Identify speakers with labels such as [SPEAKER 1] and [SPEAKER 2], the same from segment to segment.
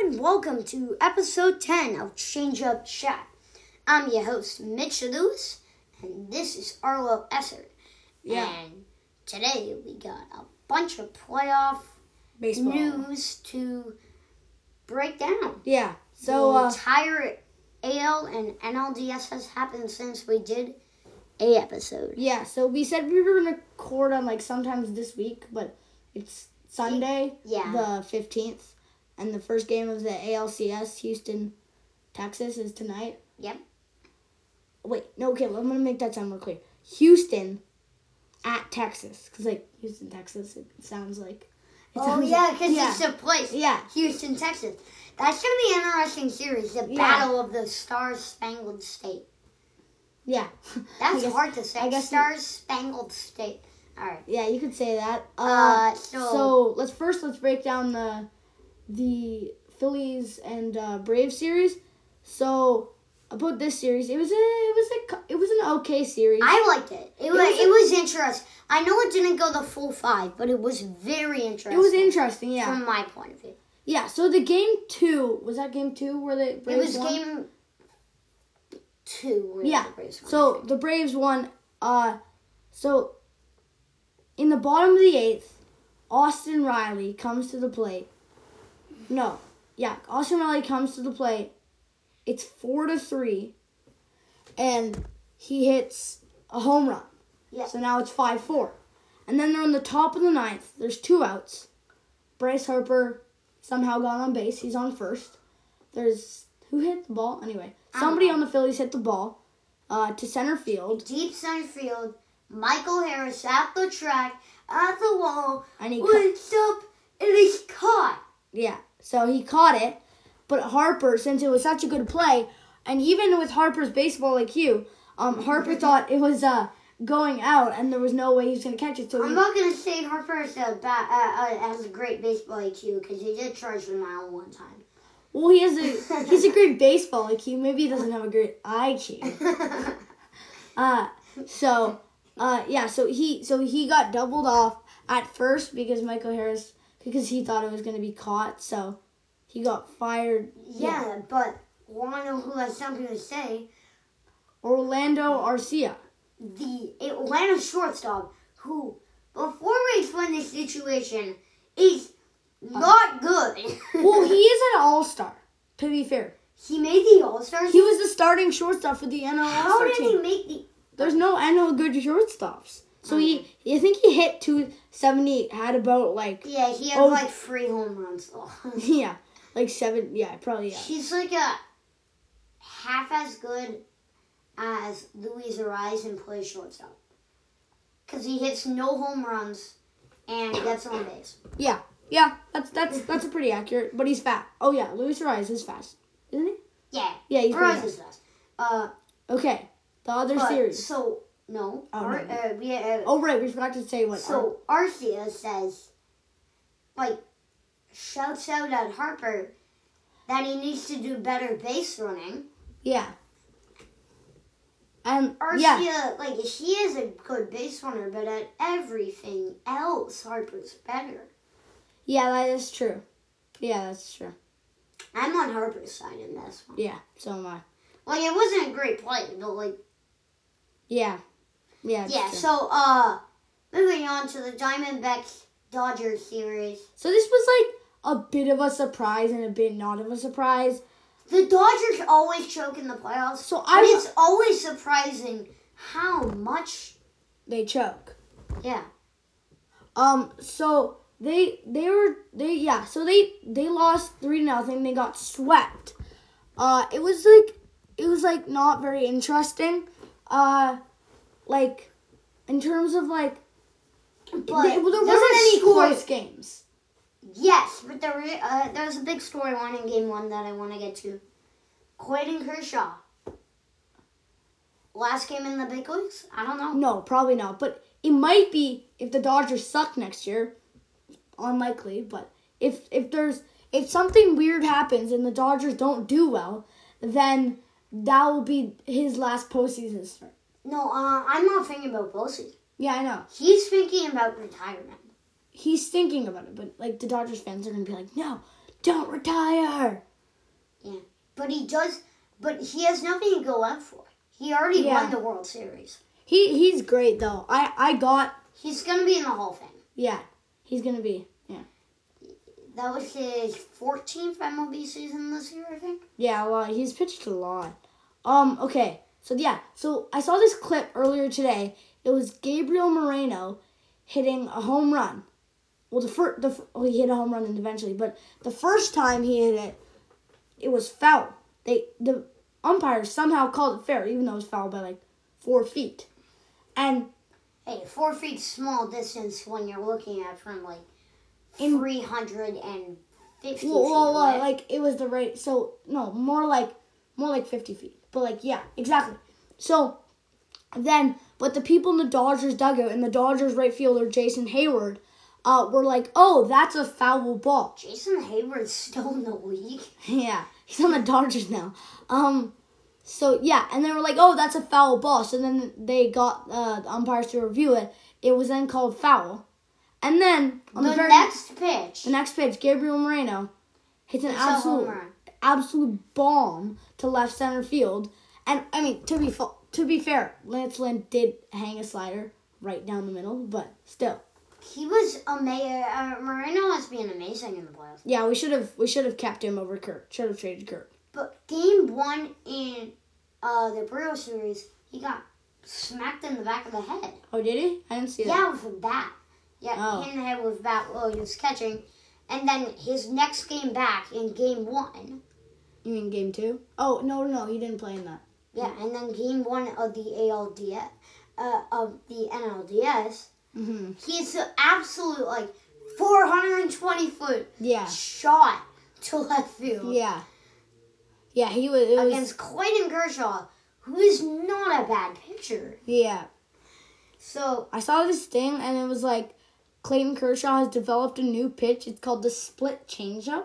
[SPEAKER 1] and welcome to episode 10 of Change Up Chat. I'm your host, Mitch Lewis, and this is Arlo Essert.
[SPEAKER 2] Yeah.
[SPEAKER 1] And today we got a bunch of playoff
[SPEAKER 2] baseball.
[SPEAKER 1] news to break down.
[SPEAKER 2] Yeah. So
[SPEAKER 1] the
[SPEAKER 2] uh,
[SPEAKER 1] entire AL and NLDS has happened since we did a episode.
[SPEAKER 2] yeah, so we said we were gonna record on like sometimes this week, but it's Sunday,
[SPEAKER 1] Yeah.
[SPEAKER 2] the fifteenth, and the first game of the ALCS, Houston, Texas, is tonight.
[SPEAKER 1] Yep.
[SPEAKER 2] Wait, no, okay, well, I'm gonna make that sound more clear. Houston at Texas, cause like Houston, Texas, it sounds like. It
[SPEAKER 1] Oh
[SPEAKER 2] sounds
[SPEAKER 1] yeah,
[SPEAKER 2] like-
[SPEAKER 1] because
[SPEAKER 2] yeah,
[SPEAKER 1] it's a place.
[SPEAKER 2] yeah,
[SPEAKER 1] Houston, Texas. That's gonna be an interesting series. The
[SPEAKER 2] Yeah.
[SPEAKER 1] Battle of the Star Spangled State.
[SPEAKER 2] yeah. I
[SPEAKER 1] That's
[SPEAKER 2] guess-
[SPEAKER 1] hard to say.
[SPEAKER 2] I guess-
[SPEAKER 1] Star Spangled State. All right.
[SPEAKER 2] Yeah, you could say that.
[SPEAKER 1] Uh,
[SPEAKER 2] Uh,
[SPEAKER 1] so-
[SPEAKER 2] so, let's first let's break down the the Phillies and uh, Braves series. So about this series, it was a it was a co- it was an okay series.
[SPEAKER 1] I liked it. It, was,
[SPEAKER 2] was a-
[SPEAKER 1] it was interesting. I know it didn't go the full five, but it was very interesting.
[SPEAKER 2] it was interesting, yeah,
[SPEAKER 1] from my point of view.
[SPEAKER 2] yeah. So the game two was that game two where the
[SPEAKER 1] It
[SPEAKER 2] Braves
[SPEAKER 1] was
[SPEAKER 2] won?
[SPEAKER 1] game two. Where
[SPEAKER 2] Yeah,
[SPEAKER 1] The Braves won, I
[SPEAKER 2] So
[SPEAKER 1] think.
[SPEAKER 2] the Braves won. Uh, so in the bottom of the eighth, Austin Riley comes to the plate. No, yeah, Austin Riley comes to the plate. It's four to three, and he hits a home run.
[SPEAKER 1] Yeah.
[SPEAKER 2] So now it's five four, and then they're on the top of the ninth. There's two outs. Bryce Harper somehow got on base. He's on first. There's who hit the ball anyway.
[SPEAKER 1] I don't
[SPEAKER 2] Somebody
[SPEAKER 1] know.
[SPEAKER 2] on the Phillies hit the ball uh, to center field,
[SPEAKER 1] deep center field. Michael Harris at the track, at the wall,
[SPEAKER 2] and he ca-
[SPEAKER 1] looks up, and he's caught.
[SPEAKER 2] yeah. So he caught it, but Harper, since it was such a good play, and even with Harper's baseball IQ, um,
[SPEAKER 1] Mm-hmm.
[SPEAKER 2] Harper thought it was uh, going out, and there was no way he was gonna catch it. So
[SPEAKER 1] I'm
[SPEAKER 2] he-
[SPEAKER 1] not gonna say Harper is a ba- uh, uh, has a great baseball IQ because he did charge the mile one time.
[SPEAKER 2] well, he has a he's a great baseball IQ. Maybe he doesn't have a great IQ. Uh, so, uh, yeah, so he so he got doubled off at first because Michael Harris because he thought it was gonna be caught, so he got fired.
[SPEAKER 1] yeah, but Lionel, who has something to say,
[SPEAKER 2] Orlando Arcia.
[SPEAKER 1] the Atlanta shortstop, who before we explain this situation is not good.
[SPEAKER 2] Uh-huh. Well, he is an All Star. To be fair,
[SPEAKER 1] he made the All Star.
[SPEAKER 2] he was the starting shortstop for the NL All
[SPEAKER 1] How
[SPEAKER 2] Star
[SPEAKER 1] did he
[SPEAKER 2] team.
[SPEAKER 1] make the?
[SPEAKER 2] There's no NL good shortstops, so he I think he hit two seventy, had about like
[SPEAKER 1] Yeah, he had
[SPEAKER 2] Oh.
[SPEAKER 1] like three home runs. Oh.
[SPEAKER 2] yeah, like seven, yeah, probably yeah.
[SPEAKER 1] She's like a half as good as Luis Arise and plays shortstop. Because he hits no home runs and gets on base.
[SPEAKER 2] Yeah, yeah, that's that's that's pretty accurate. But he's fat. Oh yeah, Luis Ariz is fast, isn't he?
[SPEAKER 1] Yeah.
[SPEAKER 2] Yeah, he's pretty
[SPEAKER 1] Arise
[SPEAKER 2] fast.
[SPEAKER 1] is fast. Uh,
[SPEAKER 2] Okay, the other
[SPEAKER 1] but,
[SPEAKER 2] series.
[SPEAKER 1] So, no.
[SPEAKER 2] Oh,
[SPEAKER 1] Ar-
[SPEAKER 2] no.
[SPEAKER 1] uh, we, uh,
[SPEAKER 2] Oh right, we forgot to say what. uh,
[SPEAKER 1] so, Arcia says, like, shouts out at Harper that he needs to do better base running.
[SPEAKER 2] yeah. And
[SPEAKER 1] Arcia,
[SPEAKER 2] yeah,
[SPEAKER 1] like, she is a good base runner, but at everything else, Harper's better.
[SPEAKER 2] yeah, that is true. Yeah, that's true.
[SPEAKER 1] I'm on Harper's side in this one.
[SPEAKER 2] Yeah, so am I.
[SPEAKER 1] Like it wasn't a great play, but like
[SPEAKER 2] Yeah, yeah. it's
[SPEAKER 1] yeah.
[SPEAKER 2] true.
[SPEAKER 1] So uh, moving on to the Diamondbacks Dodgers series,
[SPEAKER 2] so this was like a bit of a surprise and a bit not of a surprise.
[SPEAKER 1] the Dodgers always choke in the playoffs.
[SPEAKER 2] So
[SPEAKER 1] but
[SPEAKER 2] I
[SPEAKER 1] it's always surprising how much.
[SPEAKER 2] they choke.
[SPEAKER 1] Yeah,
[SPEAKER 2] Um. So they they were they yeah. So they they lost three nothing. They got swept. Uh. It was like it was like not very interesting. Uh. Like in terms of like
[SPEAKER 1] but
[SPEAKER 2] they- well, there
[SPEAKER 1] there's
[SPEAKER 2] wasn't
[SPEAKER 1] a
[SPEAKER 2] any
[SPEAKER 1] story-
[SPEAKER 2] close games.
[SPEAKER 1] Yes, but there re- uh, there was a big storyline in Game One that I want to get to. Clayton Kershaw. Last game in the big leagues? I don't know.
[SPEAKER 2] No, probably not. But it might be if the Dodgers suck next year. Unlikely, but if if there's if something weird happens and the Dodgers don't do well, then that will be his last postseason start.
[SPEAKER 1] No, uh, I'm not thinking about postseason.
[SPEAKER 2] Yeah, I know.
[SPEAKER 1] He's thinking about retirement.
[SPEAKER 2] He's thinking about it, but like the Dodgers fans are gonna be like, no, don't retire.
[SPEAKER 1] But he does. But he has nothing to go up for. He already
[SPEAKER 2] Yeah.
[SPEAKER 1] won the World Series.
[SPEAKER 2] He he's great though. I I got
[SPEAKER 1] He's gonna be in the Hall of Fame.
[SPEAKER 2] yeah. He's gonna be yeah
[SPEAKER 1] That was his 14th MLB season this year, I think.
[SPEAKER 2] yeah. Well, he's pitched a lot. Um. Okay. So yeah. So I saw this clip earlier today. It was Gabriel Moreno hitting a home run. Well, the first the fir- oh, he hit a home run eventually, but the first time he hit it, it was foul. They the umpire somehow called it fair, even though it was foul by like four feet, and
[SPEAKER 1] Hey, four feet small distance when you're looking at it from like
[SPEAKER 2] In-
[SPEAKER 1] 350
[SPEAKER 2] Well, well,
[SPEAKER 1] feet.
[SPEAKER 2] well,
[SPEAKER 1] away.
[SPEAKER 2] like it was the right. So no, more like more like fifty feet. But like yeah, exactly. So then, but the people in the Dodgers dugout and the Dodgers right fielder Jason Hayward uh, were like, "Oh, that's a foul ball."
[SPEAKER 1] Jason Hayward's still in the league.
[SPEAKER 2] yeah, he's on the Dodgers now. Um, so yeah, and they were like, "Oh, that's a foul ball." So then they got uh, the umpires to review it. It was then called foul, and then on the,
[SPEAKER 1] the
[SPEAKER 2] very
[SPEAKER 1] next pitch,
[SPEAKER 2] the next pitch, Gabriel Moreno hits an
[SPEAKER 1] It's a
[SPEAKER 2] absolute
[SPEAKER 1] home run.
[SPEAKER 2] absolute bomb to left center field. And I mean, to be fu- to be fair, Lance Lynn did hang a slider right down the middle, but still,
[SPEAKER 1] he was amazing. Uh, Moreno has been amazing in the playoffs.
[SPEAKER 2] yeah, we should have we should have kept him over Kurt. Should have traded Kurt.
[SPEAKER 1] But game one in uh, the Brio series, he got smacked in the back of the head.
[SPEAKER 2] Oh, did he? I didn't see
[SPEAKER 1] Yeah,
[SPEAKER 2] that.
[SPEAKER 1] with a bat. Yeah,
[SPEAKER 2] Oh.
[SPEAKER 1] hit in the head with a bat while he was catching. And then his next game back in game one.
[SPEAKER 2] You mean game two? Oh no, no, he didn't play in that.
[SPEAKER 1] Yeah, and then game one of the ALDS, uh, of the NLDS,
[SPEAKER 2] hmm
[SPEAKER 1] he's an absolute like 420 foot
[SPEAKER 2] Yeah,
[SPEAKER 1] shot to left field
[SPEAKER 2] yeah, yeah. He was. It was
[SPEAKER 1] against Clayton Kershaw, who is not a bad pitcher.
[SPEAKER 2] yeah.
[SPEAKER 1] So
[SPEAKER 2] I saw this thing and it was like Clayton Kershaw has developed a new pitch. It's called the split changeup.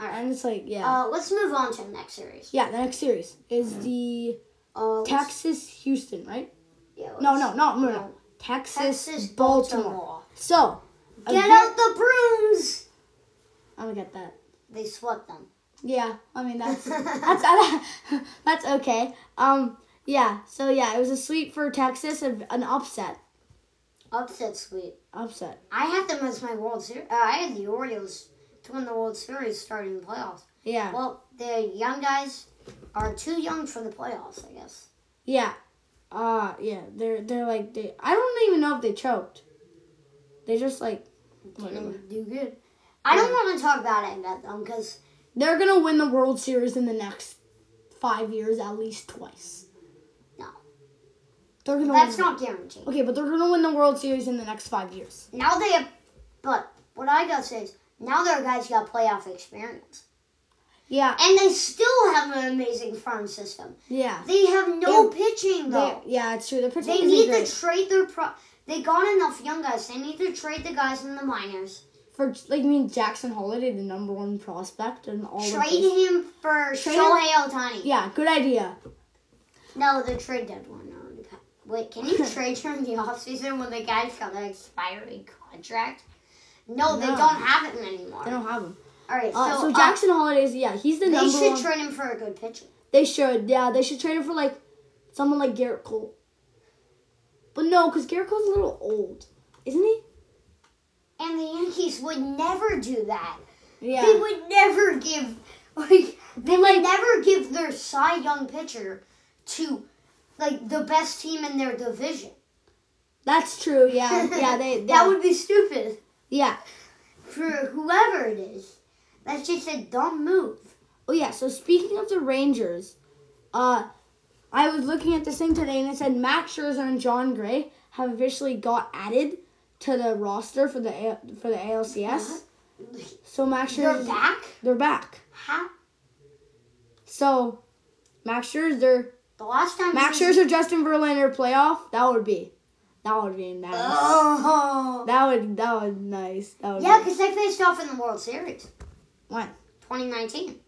[SPEAKER 2] And it's like yeah,
[SPEAKER 1] uh, let's move on to the next series.
[SPEAKER 2] yeah. The next series is the
[SPEAKER 1] Uh, let's-
[SPEAKER 2] Texas Houston, right?
[SPEAKER 1] yeah,
[SPEAKER 2] No, no,
[SPEAKER 1] let's-
[SPEAKER 2] not no, no. Texas,
[SPEAKER 1] Texas
[SPEAKER 2] Baltimore.
[SPEAKER 1] Baltimore.
[SPEAKER 2] So
[SPEAKER 1] Get
[SPEAKER 2] again-
[SPEAKER 1] out the brooms!
[SPEAKER 2] I'm gonna get that.
[SPEAKER 1] They swept them.
[SPEAKER 2] Yeah, I mean that's that's that's okay. Um, yeah. So yeah, it was a sweep for Texas, an an upset,
[SPEAKER 1] Upset sweep.
[SPEAKER 2] upset.
[SPEAKER 1] I had them as my World Series. Uh, I had the Orioles to win the World Series starting the playoffs.
[SPEAKER 2] Yeah,
[SPEAKER 1] Well, the young guys are too young for the playoffs, I guess.
[SPEAKER 2] yeah. Uh, yeah. They're they're like they. I don't even know if they choked. They just like Whatever.
[SPEAKER 1] Didn't do good. I don't want to talk about it about them because
[SPEAKER 2] They're gonna win the World Series in the next five years at least twice.
[SPEAKER 1] No.
[SPEAKER 2] They're gonna
[SPEAKER 1] that's
[SPEAKER 2] win.
[SPEAKER 1] not guaranteed.
[SPEAKER 2] okay, but they're gonna win the World Series in the next five years.
[SPEAKER 1] Now they have, but what I gotta say is now their guys got playoff experience,
[SPEAKER 2] Yeah,
[SPEAKER 1] and they still have an amazing farm system.
[SPEAKER 2] yeah.
[SPEAKER 1] They have no
[SPEAKER 2] They-
[SPEAKER 1] pitching
[SPEAKER 2] They,
[SPEAKER 1] though.
[SPEAKER 2] yeah, it's true. They're
[SPEAKER 1] They,
[SPEAKER 2] particularly
[SPEAKER 1] need
[SPEAKER 2] great
[SPEAKER 1] to trade their pro. They got enough young guys. They need to trade the guys in the minors.
[SPEAKER 2] for like you mean Jackson Holiday, the number one prospect and all. of
[SPEAKER 1] Trade
[SPEAKER 2] this.
[SPEAKER 1] him for
[SPEAKER 2] Trade
[SPEAKER 1] Shohei Ohtani.
[SPEAKER 2] Yeah, good idea.
[SPEAKER 1] No, the trade deadline. No, the co- wait, can you trade during the offseason when the guy's got an expiring contract? No, they
[SPEAKER 2] No.
[SPEAKER 1] don't have him anymore.
[SPEAKER 2] They don't have him.
[SPEAKER 1] All right,
[SPEAKER 2] Uh, so,
[SPEAKER 1] so, uh,
[SPEAKER 2] Jackson Holiday's yeah, he's the
[SPEAKER 1] they
[SPEAKER 2] number
[SPEAKER 1] should
[SPEAKER 2] one.
[SPEAKER 1] trade him for a good pitcher.
[SPEAKER 2] they should yeah, they should trade him for like someone like Garrett Cole. But no, because Garrett Cole's a little old, isn't he?
[SPEAKER 1] And the Yankees would never do that.
[SPEAKER 2] Yeah.
[SPEAKER 1] They would never give like they would never give their Cy Young pitcher to like the best team in their division.
[SPEAKER 2] That's true. Yeah, yeah. They,
[SPEAKER 1] that
[SPEAKER 2] yeah.
[SPEAKER 1] would be stupid
[SPEAKER 2] yeah.
[SPEAKER 1] for whoever it is. That's just a dumb move.
[SPEAKER 2] Oh yeah. So speaking of the Rangers, uh, I was looking at this thing today and it said Max Scherzer and John Gray have officially got added to the roster for the A- for the ALCS. So Max
[SPEAKER 1] Uh-huh. They're
[SPEAKER 2] Scherzer,
[SPEAKER 1] back.
[SPEAKER 2] they're back.
[SPEAKER 1] How?
[SPEAKER 2] So Max Scherzer,
[SPEAKER 1] The last time.
[SPEAKER 2] Max
[SPEAKER 1] this-
[SPEAKER 2] Scherzer, Justin Verlander playoff. That would be, that would be nice.
[SPEAKER 1] Oh.
[SPEAKER 2] That would that would nice. That would
[SPEAKER 1] Uh. Yeah,
[SPEAKER 2] be,
[SPEAKER 1] because they faced off in the World Series,
[SPEAKER 2] when?
[SPEAKER 1] 2019.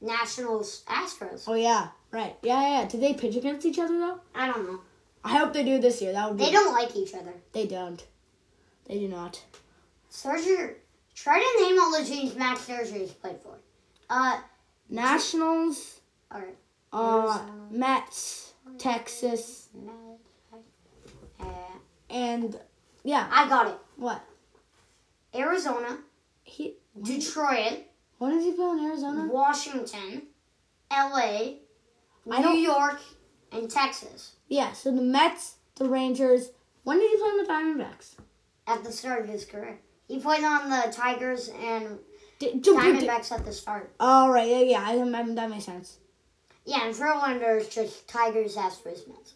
[SPEAKER 1] Nationals, Astros.
[SPEAKER 2] Oh yeah, right. Yeah, yeah, yeah. Did they pitch against each other though?
[SPEAKER 1] I don't know.
[SPEAKER 2] I hope they do this year. That would be.
[SPEAKER 1] They don't like each other.
[SPEAKER 2] They don't. They do not.
[SPEAKER 1] Sergio Try to name all the teams Max Scherzer played for. Uh,
[SPEAKER 2] Nationals,
[SPEAKER 1] all right.
[SPEAKER 2] uh, Mets, Texas,
[SPEAKER 1] Uh,
[SPEAKER 2] and yeah,
[SPEAKER 1] I got it.
[SPEAKER 2] what?
[SPEAKER 1] Arizona,
[SPEAKER 2] He when,
[SPEAKER 1] Detroit,
[SPEAKER 2] when does he play in Arizona?
[SPEAKER 1] Washington, L.A.,
[SPEAKER 2] I
[SPEAKER 1] New
[SPEAKER 2] don't-
[SPEAKER 1] York, and Texas
[SPEAKER 2] Yeah, so the Mets, the Rangers. When did he play in the Diamondbacks?
[SPEAKER 1] at the start of his career. He played on the Tigers and
[SPEAKER 2] Did,
[SPEAKER 1] Diamondbacks at the start.
[SPEAKER 2] all Oh, right, yeah, yeah, I, I, that makes sense.
[SPEAKER 1] Yeah, and Verlander is just Tigers, Astros, Mets.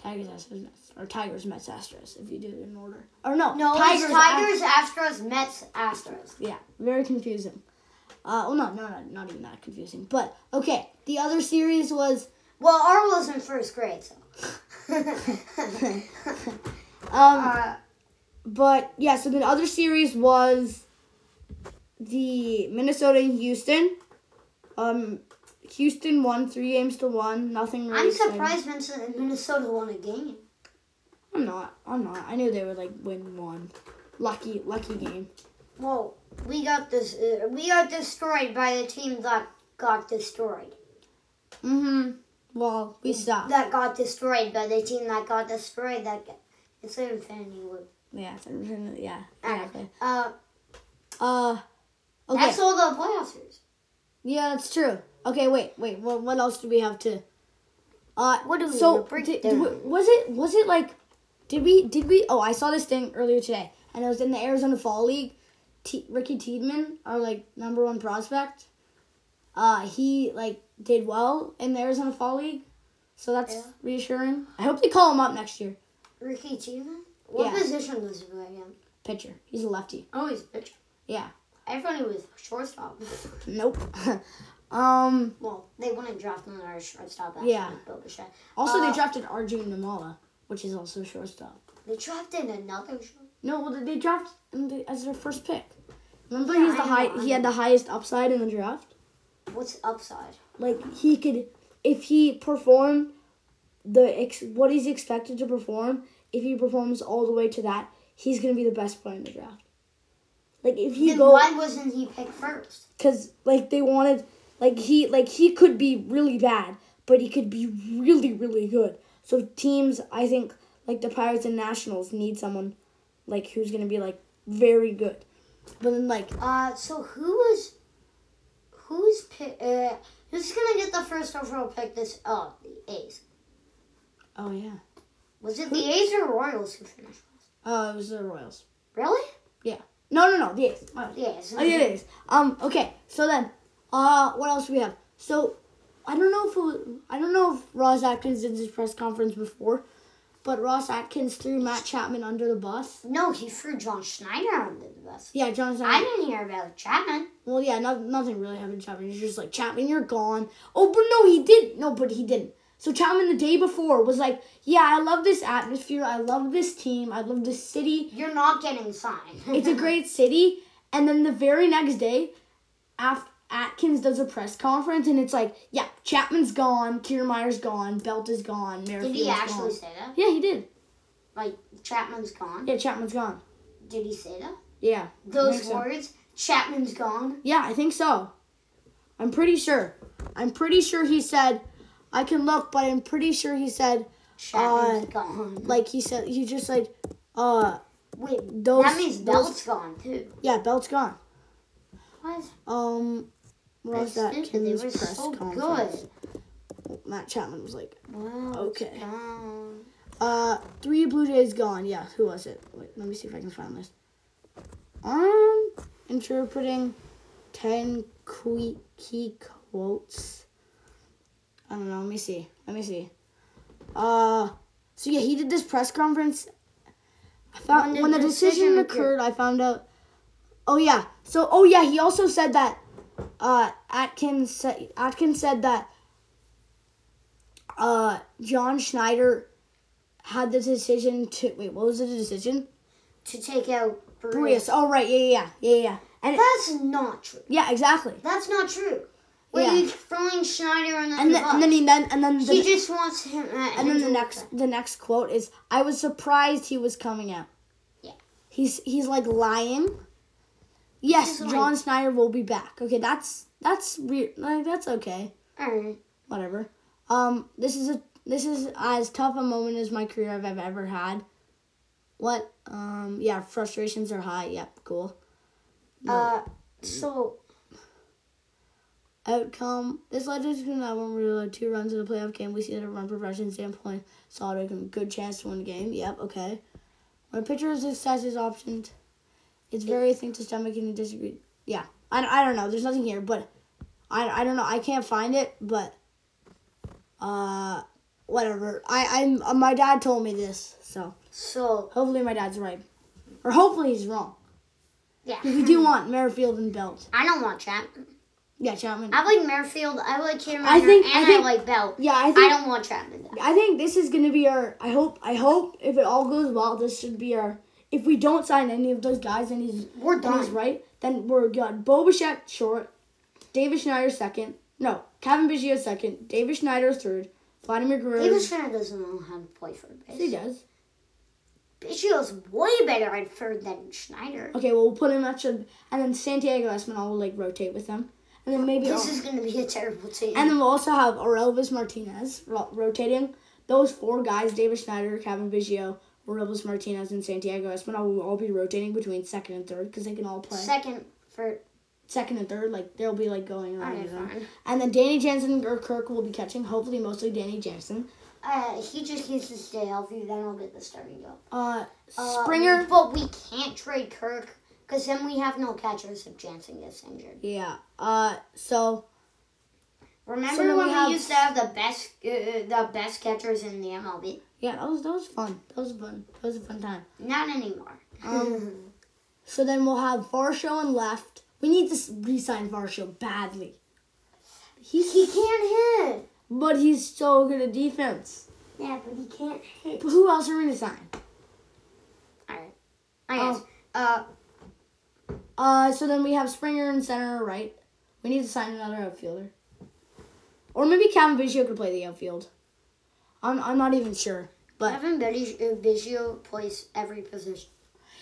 [SPEAKER 2] Tigers, Astros, Mets, or Tigers, Mets, Astros. If you do it in order, or no,
[SPEAKER 1] No, Tigers,
[SPEAKER 2] Tigers,
[SPEAKER 1] it's
[SPEAKER 2] Ast-
[SPEAKER 1] Tigers, Astros, Mets, Astros.
[SPEAKER 2] Yeah, very confusing. Uh, well, no, no, no, not even that confusing. But okay, the other series was
[SPEAKER 1] Well, our was in first grade, so.
[SPEAKER 2] um,
[SPEAKER 1] uh,
[SPEAKER 2] But yeah, so the other series was the Minnesota and Houston. Um, Houston won three games to one. Nothing really.
[SPEAKER 1] I'm
[SPEAKER 2] exciting.
[SPEAKER 1] surprised Minnesota Minnesota won a game.
[SPEAKER 2] I'm not. I'm not. I knew they would like win one. Lucky, lucky game.
[SPEAKER 1] Well, we got this. Uh, we got destroyed by the team that got destroyed.
[SPEAKER 2] Mm-hmm. Well, we suck.
[SPEAKER 1] That got destroyed by the team that got destroyed. That got, it's an infinity loop.
[SPEAKER 2] Yeah. it's- Yeah.
[SPEAKER 1] Alright.
[SPEAKER 2] Exactly.
[SPEAKER 1] Uh,
[SPEAKER 2] Uh. Okay.
[SPEAKER 1] that's all the playoff series.
[SPEAKER 2] yeah, that's true. Okay. Wait. Wait. What? What else do we have to? Uh.
[SPEAKER 1] What do we
[SPEAKER 2] so
[SPEAKER 1] break
[SPEAKER 2] did-
[SPEAKER 1] down?
[SPEAKER 2] w- was it was it like did we did we oh i saw this thing earlier today and it was in the arizona fall league T- ricky Tiedemann, our like number one prospect uh he like did well in the arizona fall league so that's
[SPEAKER 1] Yeah.
[SPEAKER 2] reassuring i hope they call him up next year
[SPEAKER 1] Ricky Tiedemann. What
[SPEAKER 2] Yeah.
[SPEAKER 1] position does he play again?
[SPEAKER 2] pitcher he's a lefty
[SPEAKER 1] Oh, he's pitcher.
[SPEAKER 2] Yeah.
[SPEAKER 1] I thought he was shortstop.
[SPEAKER 2] nope um
[SPEAKER 1] well, they wouldn't draft another shortstop. After
[SPEAKER 2] Yeah.
[SPEAKER 1] Bill Bichet.
[SPEAKER 2] also
[SPEAKER 1] Uh,
[SPEAKER 2] they drafted rj namala which is also shortstop
[SPEAKER 1] They drafted another shortstop.
[SPEAKER 2] no well they drafted him as their first pick remember
[SPEAKER 1] Yeah,
[SPEAKER 2] he's the
[SPEAKER 1] I
[SPEAKER 2] high
[SPEAKER 1] know, I
[SPEAKER 2] he had
[SPEAKER 1] know.
[SPEAKER 2] the highest upside in the draft
[SPEAKER 1] What's upside?
[SPEAKER 2] like he could if he performed the ex, what he's expected to perform if he performs all the way to that he's gonna be the best player in the draft like if he
[SPEAKER 1] then
[SPEAKER 2] go
[SPEAKER 1] why wasn't he picked first?
[SPEAKER 2] because like they wanted like he like he could be really bad but he could be really really good so teams i think like the pirates and nationals need someone like who's gonna be like very good but then like
[SPEAKER 1] Uh, so who was, who's pick? Uh, who's gonna get the first overall pick? This oh, the A's.
[SPEAKER 2] oh yeah
[SPEAKER 1] Was it the A's or Royals who finished?
[SPEAKER 2] oh it was the royals
[SPEAKER 1] Really?
[SPEAKER 2] no no no the A's.
[SPEAKER 1] The A's.
[SPEAKER 2] Oh, yeah, it is. Um, okay. So then, uh, what else do we have? So, I don't know if it was, I don't know if Ross Atkins did this press conference before, but Ross Atkins threw Matt Chapman under the bus.
[SPEAKER 1] No, he threw John Schneider under the bus.
[SPEAKER 2] Yeah, Jonathan.
[SPEAKER 1] I didn't hear about Chapman.
[SPEAKER 2] well, yeah, no, nothing really happened to Chapman. He's just like Chapman, you're gone. Oh, but no, he did. No, but he didn't. So Chapman the day before was like, yeah, I love this atmosphere. I love this team. I love this city.
[SPEAKER 1] You're not getting signed.
[SPEAKER 2] it's a great city. And then the very next day, Af- Atkins does a press conference, and it's like, yeah, Chapman's gone, Kiermaier's gone, Belt is gone,
[SPEAKER 1] Did
[SPEAKER 2] Merrifield's
[SPEAKER 1] he actually
[SPEAKER 2] gone.
[SPEAKER 1] say that?
[SPEAKER 2] Yeah, he did.
[SPEAKER 1] Like Chapman's gone.
[SPEAKER 2] Yeah, Chapman's gone.
[SPEAKER 1] Did he say that?
[SPEAKER 2] Yeah,
[SPEAKER 1] Those
[SPEAKER 2] think so.
[SPEAKER 1] words. Chapman's gone.
[SPEAKER 2] yeah, I think so. I'm pretty sure. I'm pretty sure he said. I can look, but I'm pretty sure he said,
[SPEAKER 1] Chapman's
[SPEAKER 2] Uh,
[SPEAKER 1] gone.
[SPEAKER 2] like he said, he just like, uh,
[SPEAKER 1] Wait,
[SPEAKER 2] those-
[SPEAKER 1] that means
[SPEAKER 2] those-
[SPEAKER 1] Belt's gone too.
[SPEAKER 2] yeah, Belt's gone.
[SPEAKER 1] What?
[SPEAKER 2] Um, what was
[SPEAKER 1] That's
[SPEAKER 2] that?
[SPEAKER 1] stupid. They
[SPEAKER 2] Atkins
[SPEAKER 1] were
[SPEAKER 2] press
[SPEAKER 1] so
[SPEAKER 2] conference. Matt Chapman was like,
[SPEAKER 1] good. Wow.
[SPEAKER 2] Okay.
[SPEAKER 1] it's gone.
[SPEAKER 2] Uh, three Blue Jays gone. Yeah, who was it? Wait, let me see if I can find this. Um, interpreting ten que- key quotes. I don't know. Let me see. Let me see. Uh, so yeah, he did this press conference. I found when the,
[SPEAKER 1] When the
[SPEAKER 2] decision,
[SPEAKER 1] decision
[SPEAKER 2] occurred, I found out. Oh yeah. So oh yeah, he also said that. Uh, Atkins said Atkins said that. Uh, John Schneider had the decision to wait. What was the decision?
[SPEAKER 1] To take out Brees.
[SPEAKER 2] Brius. Oh right, yeah, yeah, yeah, yeah, yeah. And it-
[SPEAKER 1] That's not true.
[SPEAKER 2] yeah, exactly.
[SPEAKER 1] That's not true. Wait,
[SPEAKER 2] Yeah.
[SPEAKER 1] you're throwing Schneider on the
[SPEAKER 2] And then, and then he then and then the,
[SPEAKER 1] he just wants him. Uh,
[SPEAKER 2] and then
[SPEAKER 1] him
[SPEAKER 2] the
[SPEAKER 1] to-
[SPEAKER 2] next the next quote is I was surprised he was coming out.
[SPEAKER 1] Yeah.
[SPEAKER 2] He's he's like lying. Yes,
[SPEAKER 1] He's like-
[SPEAKER 2] John Snyder will be back. Okay, that's that's weird. Like that's okay.
[SPEAKER 1] Alright.
[SPEAKER 2] Whatever. Um, this is a this is as tough a moment as my career I've I've ever had. What? Um, yeah, frustrations are high. Yep, cool.
[SPEAKER 1] Uh, so
[SPEAKER 2] outcome. This led us to an album where we had two runs in a playoff game. We see that a run progression standpoint, solid outcome, good chance to win the game. Yep, okay. When a pitcher of success is optioned, it's very thing to stomach and disagree. Yeah, I, I don't know. There's nothing here, but I, I don't know. I can't find it, but uh, whatever. I I my dad told me this, so
[SPEAKER 1] so
[SPEAKER 2] hopefully my dad's right, or hopefully he's wrong.
[SPEAKER 1] yeah.
[SPEAKER 2] We do want Merrifield and Belt.
[SPEAKER 1] I don't want Chapman.
[SPEAKER 2] Yeah, Chapman.
[SPEAKER 1] I like Merrifield. I like Kiermaier.
[SPEAKER 2] I think- I
[SPEAKER 1] and I,
[SPEAKER 2] think-
[SPEAKER 1] like Bell.
[SPEAKER 2] Yeah, I think
[SPEAKER 1] I don't want Chapman. Though.
[SPEAKER 2] I think this is gonna be our. I hope. I hope if it all goes well, this should be our. If we don't sign any of those guys, and he's
[SPEAKER 1] We're
[SPEAKER 2] and he's
[SPEAKER 1] done.
[SPEAKER 2] right, then we're good. Bobachet short, David Schneider second. No, Kevin Biggio second, David Schneider third, Vladimir Guerrero.
[SPEAKER 1] David Schneider doesn't know how to play third
[SPEAKER 2] he
[SPEAKER 1] base.
[SPEAKER 2] does.
[SPEAKER 1] Biggio's way better at third than Schneider.
[SPEAKER 2] Okay, well we'll put him at should, and then Santiago Espinal will like rotate with them, and then maybe
[SPEAKER 1] This
[SPEAKER 2] I'll-
[SPEAKER 1] is gonna be a terrible team.
[SPEAKER 2] and then we'll also have Aurelvis Martinez ro- rotating. Those four guys, David Schneider, Kevin Biggio, Aurelvis Martinez, and Santiago Espinal, will all be rotating between second and third because they can all play.
[SPEAKER 1] Second for
[SPEAKER 2] second and third, like they'll be like going around.
[SPEAKER 1] okay,
[SPEAKER 2] and around.
[SPEAKER 1] fine.
[SPEAKER 2] And then Danny Jansen or Kirk will be catching, hopefully mostly Danny Jansen.
[SPEAKER 1] Uh, he just needs to stay healthy. Then we'll get the starting job.
[SPEAKER 2] Uh,
[SPEAKER 1] Uh,
[SPEAKER 2] Springer.
[SPEAKER 1] but we can't trade Kirk because then we have no catchers if Jansen gets injured.
[SPEAKER 2] Yeah. Uh, so
[SPEAKER 1] Remember
[SPEAKER 2] So then
[SPEAKER 1] when
[SPEAKER 2] we
[SPEAKER 1] we
[SPEAKER 2] have-
[SPEAKER 1] used to have the best uh, the best catchers in the MLB?
[SPEAKER 2] yeah, that was that was fun. That was fun. That was a fun time.
[SPEAKER 1] Not anymore.
[SPEAKER 2] Um, So then we'll have Varsho and left. We need to s- re-sign Varsho badly. He's
[SPEAKER 1] he can't hit.
[SPEAKER 2] but he's so good at defense.
[SPEAKER 1] Yeah, but he can't hit.
[SPEAKER 2] But who else are we gonna sign?
[SPEAKER 1] Alright. I guess. Uh,
[SPEAKER 2] Uh, so then we have Springer in center or right. We need to sign another outfielder. Or maybe Calvin Biggio could play the outfield. I'm, I'm not even sure. But
[SPEAKER 1] Evan Biggio, uh, Biggio plays every position.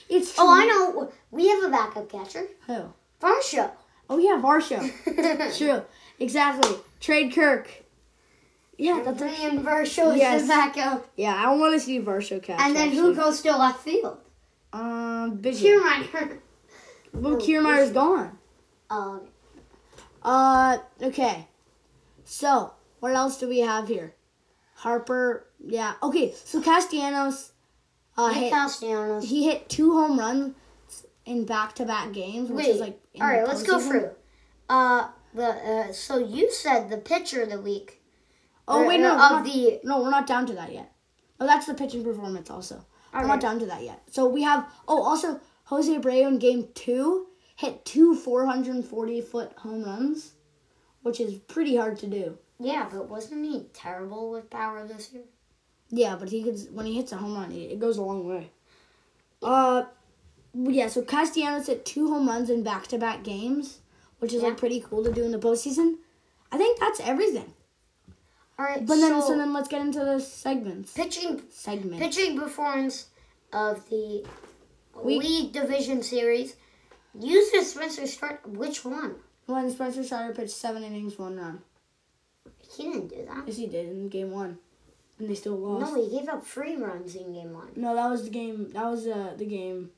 [SPEAKER 2] it's
[SPEAKER 1] Oh, I know. We have a backup catcher.
[SPEAKER 2] Who?
[SPEAKER 1] Varsho.
[SPEAKER 2] Oh, yeah, Varsho. True. Exactly. Trade Kirk. Yeah, that's a,
[SPEAKER 1] Liam Varsho is
[SPEAKER 2] Yes.
[SPEAKER 1] the backup.
[SPEAKER 2] yeah. I want to see Varsho catch.
[SPEAKER 1] And then who
[SPEAKER 2] actually.
[SPEAKER 1] goes to left field?
[SPEAKER 2] Um, Biggio.
[SPEAKER 1] Kiermaier.
[SPEAKER 2] Well, Kiermaier's gone.
[SPEAKER 1] Um,
[SPEAKER 2] Uh, okay. So, what else do we have here? Harper, yeah. Okay, so Castellanos, uh,
[SPEAKER 1] Nick
[SPEAKER 2] hit,
[SPEAKER 1] Castellanos.
[SPEAKER 2] he hit two home runs in back-to-back games, which
[SPEAKER 1] Wait,
[SPEAKER 2] is like. in
[SPEAKER 1] all right,
[SPEAKER 2] the
[SPEAKER 1] let's go
[SPEAKER 2] postseason.
[SPEAKER 1] through. Uh, the uh, so you said the pitcher of the week.
[SPEAKER 2] Oh
[SPEAKER 1] or-
[SPEAKER 2] wait, no,
[SPEAKER 1] of
[SPEAKER 2] we're not,
[SPEAKER 1] the
[SPEAKER 2] no, we're not down to that yet. Oh, that's the pitching performance also. we're
[SPEAKER 1] All
[SPEAKER 2] not
[SPEAKER 1] right.
[SPEAKER 2] down to that yet. So we have. Oh, also Jose Abreu in game two hit two 440 foot home runs, which is pretty hard to do.
[SPEAKER 1] yeah, but wasn't he terrible with power this year?
[SPEAKER 2] Yeah, but he could when he hits a home run, it it goes a long way. Uh, yeah. So Castellanos hit two home runs in back-to-back games, which is like
[SPEAKER 1] Yeah.
[SPEAKER 2] pretty cool to do in the postseason. I think that's everything.
[SPEAKER 1] All right,
[SPEAKER 2] But then, so,
[SPEAKER 1] so
[SPEAKER 2] then let's get into the segments.
[SPEAKER 1] pitching
[SPEAKER 2] Segment.
[SPEAKER 1] pitching performance of the
[SPEAKER 2] We-
[SPEAKER 1] league division series. You said Spencer start which one?
[SPEAKER 2] When Spencer Strider pitched seven innings, one run.
[SPEAKER 1] He didn't do that.
[SPEAKER 2] Yes, he did in game one, and they still lost.
[SPEAKER 1] No,
[SPEAKER 2] No,
[SPEAKER 1] he gave up three runs in game one.
[SPEAKER 2] that was the game. That was uh, the game.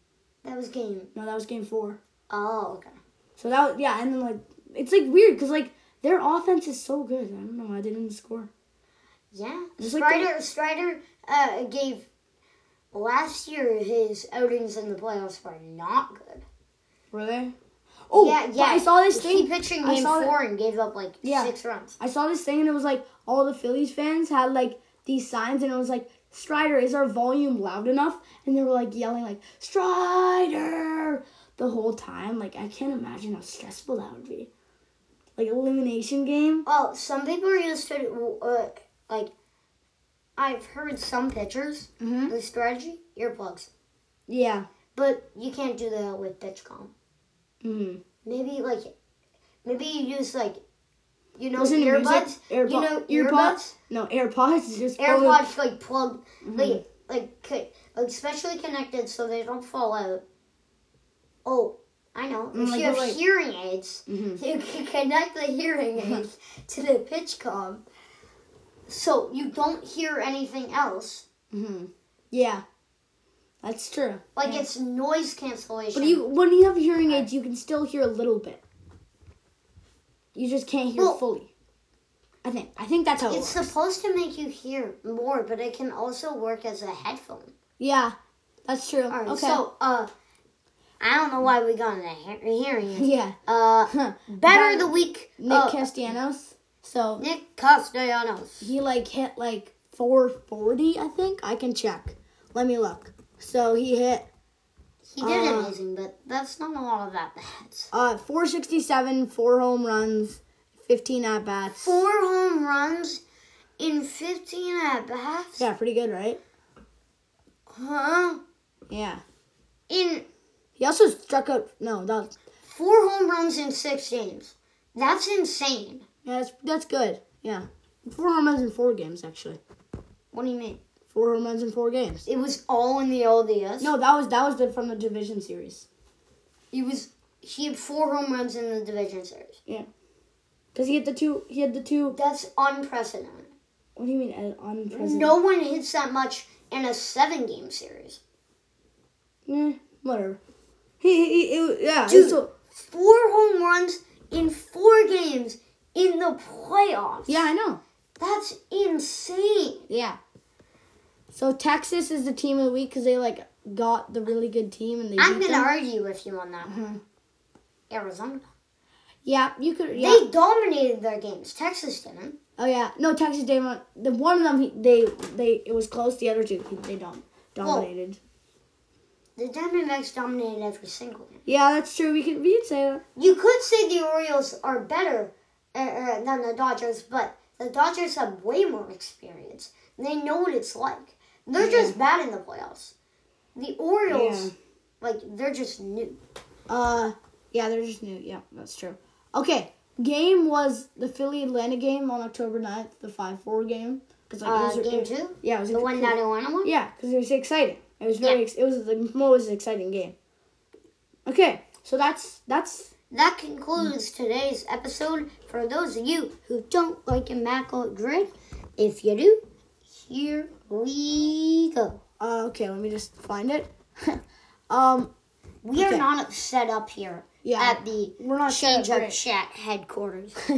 [SPEAKER 1] That was game.
[SPEAKER 2] No, that was game four.
[SPEAKER 1] Oh, okay.
[SPEAKER 2] So that was, yeah, and then like it's like weird because like their offense is so good. I don't know why they didn't score.
[SPEAKER 1] Yeah,
[SPEAKER 2] Just like
[SPEAKER 1] Strider Strider uh, gave last year his outings in the playoffs were not good.
[SPEAKER 2] Were they? Oh,
[SPEAKER 1] yeah,
[SPEAKER 2] yeah,
[SPEAKER 1] yeah.
[SPEAKER 2] I saw this
[SPEAKER 1] He
[SPEAKER 2] thing.
[SPEAKER 1] pitched in
[SPEAKER 2] I
[SPEAKER 1] game
[SPEAKER 2] saw it.
[SPEAKER 1] four and gave up like
[SPEAKER 2] Yeah.
[SPEAKER 1] six runs.
[SPEAKER 2] I saw this thing, and it was like all the Phillies fans had like these signs, and it was like Strider, is our volume loud enough? And they were like yelling like Strider the whole time. Like I can't imagine how stressful that would be. Like elimination game.
[SPEAKER 1] Well, some people are used to uh, like I've heard some pitchers
[SPEAKER 2] Mm-hmm.
[SPEAKER 1] the strategy earplugs,
[SPEAKER 2] Yeah.
[SPEAKER 1] but you can't do that with pitch calm.
[SPEAKER 2] Mm-hmm.
[SPEAKER 1] Maybe like maybe you use like you know
[SPEAKER 2] Listen to music,
[SPEAKER 1] earbuds.
[SPEAKER 2] earbu-
[SPEAKER 1] you know
[SPEAKER 2] earbuds? No AirPods. is Just probably-
[SPEAKER 1] AirPods like plugged,
[SPEAKER 2] Mhm.
[SPEAKER 1] like like co- like specially connected so they don't fall out. Oh, I know.
[SPEAKER 2] I'm
[SPEAKER 1] If
[SPEAKER 2] Mm, like,
[SPEAKER 1] you have
[SPEAKER 2] wait, wait.
[SPEAKER 1] hearing aids,
[SPEAKER 2] hmm
[SPEAKER 1] you can connect the hearing
[SPEAKER 2] Mm-hmm.
[SPEAKER 1] aids to the pitch com, so you don't hear anything else.
[SPEAKER 2] hmm Yeah, that's true.
[SPEAKER 1] Like it's noise cancellation.
[SPEAKER 2] But you, when you have hearing aids, you can still hear a little bit. You just can't hear
[SPEAKER 1] Well-
[SPEAKER 2] fully. I think. I think that's how it
[SPEAKER 1] it's
[SPEAKER 2] works.
[SPEAKER 1] supposed to make you hear more, but it can also work as a headphone.
[SPEAKER 2] yeah, that's true.
[SPEAKER 1] All right.
[SPEAKER 2] okay.
[SPEAKER 1] So, uh, I don't know why we got into he- hearing aids.
[SPEAKER 2] yeah.
[SPEAKER 1] Uh,
[SPEAKER 2] Huh.
[SPEAKER 1] better
[SPEAKER 2] But
[SPEAKER 1] the week.
[SPEAKER 2] Nick
[SPEAKER 1] uh,
[SPEAKER 2] Castellanos. So
[SPEAKER 1] Nick Castellanos.
[SPEAKER 2] he like hit like 440, I think. I can check. Let me look. So he hit
[SPEAKER 1] He did
[SPEAKER 2] Uh,
[SPEAKER 1] amazing, but that's not all of that bad.
[SPEAKER 2] uh 467, four home runs, 15 at bats.
[SPEAKER 1] Four home runs in 15 at bats?
[SPEAKER 2] Yeah, pretty good, right?
[SPEAKER 1] Huh?
[SPEAKER 2] Yeah.
[SPEAKER 1] In
[SPEAKER 2] He also struck out. No, that was,
[SPEAKER 1] four home runs in six games. That's insane.
[SPEAKER 2] yeah, that's that's good. Yeah, four home runs in four games actually.
[SPEAKER 1] What do you mean?
[SPEAKER 2] Four home runs in four games.
[SPEAKER 1] It was all in the LDS.
[SPEAKER 2] No, that was that was the, from the division series
[SPEAKER 1] He was he had four home runs in the division series.
[SPEAKER 2] because he had the two. He had the two.
[SPEAKER 1] That's unprecedented.
[SPEAKER 2] What do you mean uh, on president?
[SPEAKER 1] No one hits that much in a seven game series.
[SPEAKER 2] Eh, whatever. He, he, he it, yeah.
[SPEAKER 1] Dude.
[SPEAKER 2] so-
[SPEAKER 1] Four home runs in four games in the playoffs.
[SPEAKER 2] yeah, I know.
[SPEAKER 1] That's insane.
[SPEAKER 2] Yeah. So Texas is the team of the week because they like got the really good team and they.
[SPEAKER 1] I'm
[SPEAKER 2] beat
[SPEAKER 1] gonna
[SPEAKER 2] them.
[SPEAKER 1] argue with you on that.
[SPEAKER 2] Mhm.
[SPEAKER 1] Arizona.
[SPEAKER 2] Yeah, you could. Yeah.
[SPEAKER 1] They dominated their games. Texas didn't.
[SPEAKER 2] oh yeah. No, Texas. They won. The one of them. He, they they it was close. The other two he- they dom- dominated.
[SPEAKER 1] The Diamondbacks dominated every single game.
[SPEAKER 2] Yeah, that's true. We could we could say that.
[SPEAKER 1] You could say the Orioles are better uh, uh, than the Dodgers, but the Dodgers have way more experience. They know what it's like. They're just bad in the playoffs. The Orioles,
[SPEAKER 2] Yeah.
[SPEAKER 1] like, they're just new.
[SPEAKER 2] Uh, yeah, they're just new. Yeah, that's true. Okay, game was the Philly Atlanta game on October 9th, the five four game. Cause like, it
[SPEAKER 1] Uh,
[SPEAKER 2] was-
[SPEAKER 1] game
[SPEAKER 2] it-
[SPEAKER 1] two,
[SPEAKER 2] Yeah, it was
[SPEAKER 1] the one that Atlanta won.
[SPEAKER 2] Yeah, because it was exciting. It was very. Ex- it was the most exciting game. Okay, so that's that's
[SPEAKER 1] That concludes today's episode. For those of you who don't like Immaculate Grid, if you do, here we go.
[SPEAKER 2] uh, okay. Let me just find it. um,
[SPEAKER 1] We are
[SPEAKER 2] Okay.
[SPEAKER 1] not set up here
[SPEAKER 2] Yeah.
[SPEAKER 1] at the
[SPEAKER 2] we're not set up
[SPEAKER 1] Change Up
[SPEAKER 2] great.
[SPEAKER 1] Chat headquarters.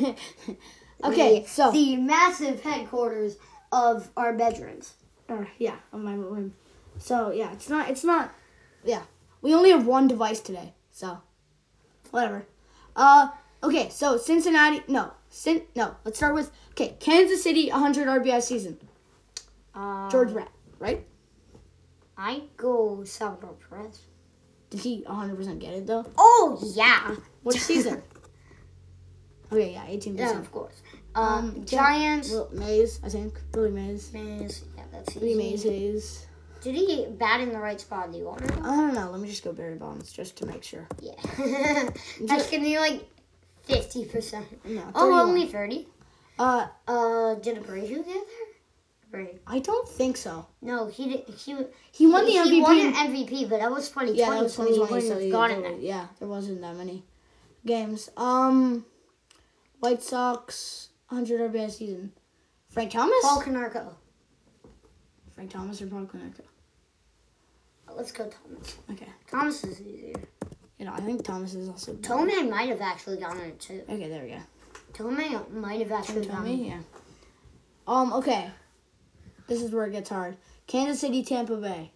[SPEAKER 2] okay,
[SPEAKER 1] The-
[SPEAKER 2] so
[SPEAKER 1] the massive headquarters of our bedrooms.
[SPEAKER 2] or yeah, on my room. So yeah, it's not it's not yeah. We only have one device today, so whatever. Uh okay, so Cincinnati no, Cin- no, let's start with okay, Kansas City 100 RBI season.
[SPEAKER 1] Uh,
[SPEAKER 2] George Brett, right?
[SPEAKER 1] I go Salvador Perez.
[SPEAKER 2] Did he 100% get it though?
[SPEAKER 1] Oh yeah,
[SPEAKER 2] Which season? Okay, yeah, 18%.
[SPEAKER 1] yeah, of course.
[SPEAKER 2] Um,
[SPEAKER 1] Um, Giants.
[SPEAKER 2] Will Mays, I think. Billy Mays.
[SPEAKER 1] Mays. Yeah, that's
[SPEAKER 2] Billy
[SPEAKER 1] easy.
[SPEAKER 2] Mays Hayes.
[SPEAKER 1] Did he bat in the right spot in the order?
[SPEAKER 2] I don't know, let me just go Barry Bonds just to make sure.
[SPEAKER 1] Yeah, that's gonna be like fifty percent.
[SPEAKER 2] No,
[SPEAKER 1] Oh,
[SPEAKER 2] 31.
[SPEAKER 1] only thirty.
[SPEAKER 2] Uh,
[SPEAKER 1] Uh, did Abreu get there? Abreu.
[SPEAKER 2] I don't think so.
[SPEAKER 1] No, he did. He
[SPEAKER 2] He won the MVP.
[SPEAKER 1] He won
[SPEAKER 2] in-
[SPEAKER 1] an MVP, but that was twenty twenty.
[SPEAKER 2] Yeah, that was
[SPEAKER 1] so he
[SPEAKER 2] 2020.
[SPEAKER 1] wouldn't
[SPEAKER 2] So
[SPEAKER 1] have
[SPEAKER 2] you-
[SPEAKER 1] gotten it.
[SPEAKER 2] there- yeah, there wasn't that many games. Um, White Sox 100 RBI season. Frank Thomas.
[SPEAKER 1] Paul Canarco.
[SPEAKER 2] Frank Thomas or Paul Konerko?
[SPEAKER 1] Let's go Thomas.
[SPEAKER 2] Okay,
[SPEAKER 1] Thomas is easier.
[SPEAKER 2] you know I think Thomas is also. good.
[SPEAKER 1] Tomei might have actually gotten it too.
[SPEAKER 2] Okay, there we go.
[SPEAKER 1] Tomei might have actually gotten
[SPEAKER 2] Tommy,
[SPEAKER 1] it.
[SPEAKER 2] yeah. Um. Okay. This is where it gets hard. Kansas City, Tampa Bay.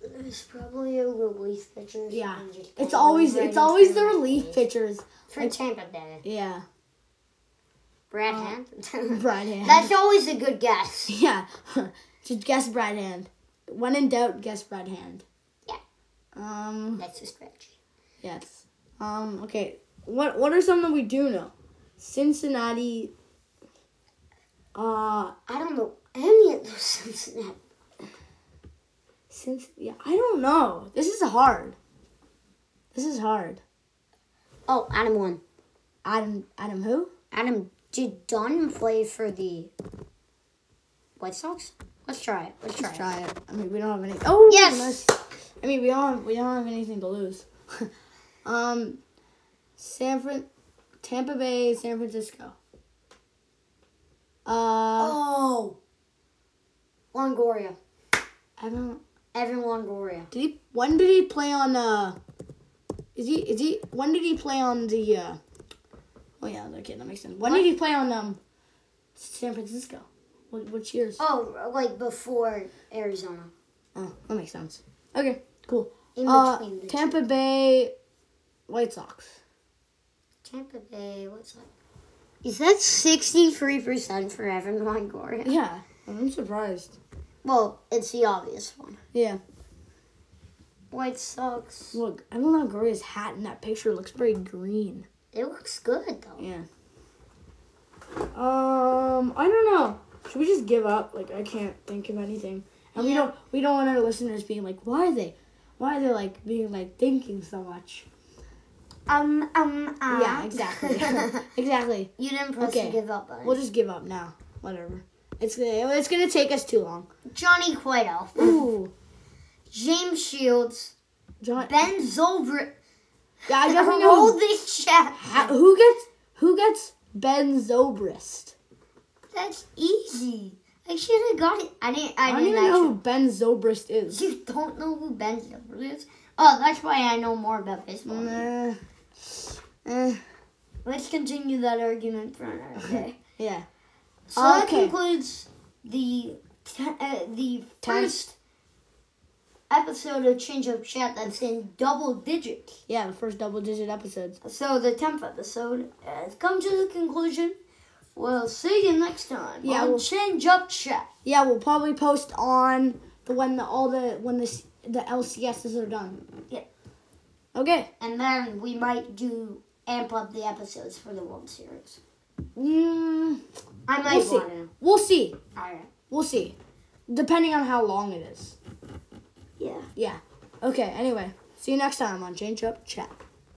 [SPEAKER 1] There's probably a relief pitcher.
[SPEAKER 2] Yeah.
[SPEAKER 1] who just
[SPEAKER 2] It's
[SPEAKER 1] got
[SPEAKER 2] always
[SPEAKER 1] right
[SPEAKER 2] it's always the
[SPEAKER 1] into my
[SPEAKER 2] relief
[SPEAKER 1] face.
[SPEAKER 2] pitchers.
[SPEAKER 1] For Tampa Bay.
[SPEAKER 2] Yeah.
[SPEAKER 1] Brad
[SPEAKER 2] Uh,
[SPEAKER 1] Hand.
[SPEAKER 2] Brad Hand.
[SPEAKER 1] That's always a good guess.
[SPEAKER 2] Yeah. Just guess Brad Hand. When in doubt, guess Brad Hand.
[SPEAKER 1] Yeah.
[SPEAKER 2] Um.
[SPEAKER 1] That's a stretch.
[SPEAKER 2] Yes. Um. Okay. What What are some that we do know? Cincinnati. Uh.
[SPEAKER 1] I don't know any of those Cincinnati.
[SPEAKER 2] Since yeah, I don't know. This is hard. This is hard.
[SPEAKER 1] Oh, Adam won.
[SPEAKER 2] Adam. Adam who?
[SPEAKER 1] Adam, did Dunn play for the White Sox? Let's try it. Let's try
[SPEAKER 2] Let's
[SPEAKER 1] it.
[SPEAKER 2] try it. I mean, we don't have any. Oh
[SPEAKER 1] Yes!
[SPEAKER 2] nice. I mean, we don't. Have, we don't have anything to lose. um, San Fran, Tampa Bay, San Francisco. Uh,
[SPEAKER 1] Oh, Longoria,
[SPEAKER 2] I don't.
[SPEAKER 1] Evan Longoria.
[SPEAKER 2] Did he? When did he play on? Uh, is he? Is he? When did he play on the? Uh, oh yeah, okay, that makes sense. When did he play on um, San Francisco? What? What years? Oh.
[SPEAKER 1] Oh, like before Arizona,
[SPEAKER 2] that makes sense. Okay, cool.
[SPEAKER 1] in
[SPEAKER 2] Uh,
[SPEAKER 1] between the two.
[SPEAKER 2] Tampa Bay, White Sox.
[SPEAKER 1] Tampa Bay. What's that? Is that sixty-three percent for Evan Longoria?
[SPEAKER 2] Yeah, I'm surprised.
[SPEAKER 1] Well, it's the obvious one.
[SPEAKER 2] Yeah,
[SPEAKER 1] White Sox.
[SPEAKER 2] look, I don't know. Gloria's hat in that picture looks very green.
[SPEAKER 1] It looks good though.
[SPEAKER 2] Yeah. Um, I don't know. Should we just give up? Like, I can't think of anything, and we
[SPEAKER 1] Yeah.
[SPEAKER 2] don't. We don't want our listeners being like, "Why are they? Why are they like being like thinking so much?"
[SPEAKER 1] Um, um, uh.
[SPEAKER 2] yeah, exactly, exactly.
[SPEAKER 1] you didn't press
[SPEAKER 2] Okay.
[SPEAKER 1] the give up button.
[SPEAKER 2] We'll just give up now. Whatever. It's gonna. It's gonna take us too long.
[SPEAKER 1] Johnny Cueto,
[SPEAKER 2] Ooh,
[SPEAKER 1] James Shields,
[SPEAKER 2] John.
[SPEAKER 1] Ben Zobrist,
[SPEAKER 2] Yeah, I definitely know.
[SPEAKER 1] Holy shit.
[SPEAKER 2] How- who gets who gets Ben Zobrist?
[SPEAKER 1] That's easy. I should have got it. I didn't. I,
[SPEAKER 2] I don't
[SPEAKER 1] didn't
[SPEAKER 2] even know
[SPEAKER 1] actually.
[SPEAKER 2] who Ben Zobrist is.
[SPEAKER 1] You don't know who Ben Zobrist is? Oh, that's why I know more about baseball. than you.
[SPEAKER 2] Nah. Eh,
[SPEAKER 1] Let's continue that argument for another day.
[SPEAKER 2] yeah.
[SPEAKER 1] So that
[SPEAKER 2] Okay.
[SPEAKER 1] concludes the te- uh, the
[SPEAKER 2] Time-
[SPEAKER 1] first episode of Change Up Chat that's in double digits.
[SPEAKER 2] Yeah, the first double digit episodes.
[SPEAKER 1] So the tenth episode has come to the conclusion. We'll see you next time.
[SPEAKER 2] Yeah,
[SPEAKER 1] on
[SPEAKER 2] we'll-
[SPEAKER 1] change up chat.
[SPEAKER 2] Yeah, we'll probably post on the when the all the when the s- the LCSs are done.
[SPEAKER 1] Yeah.
[SPEAKER 2] Okay.
[SPEAKER 1] and then we might do amp up the episodes for the World Series.
[SPEAKER 2] Mm,
[SPEAKER 1] I might
[SPEAKER 2] we'll see.
[SPEAKER 1] want to.
[SPEAKER 2] We'll see.
[SPEAKER 1] All right.
[SPEAKER 2] We'll see. Depending on how long it is.
[SPEAKER 1] Yeah.
[SPEAKER 2] Yeah. Okay. Anyway, see you next time on Change Up Chat.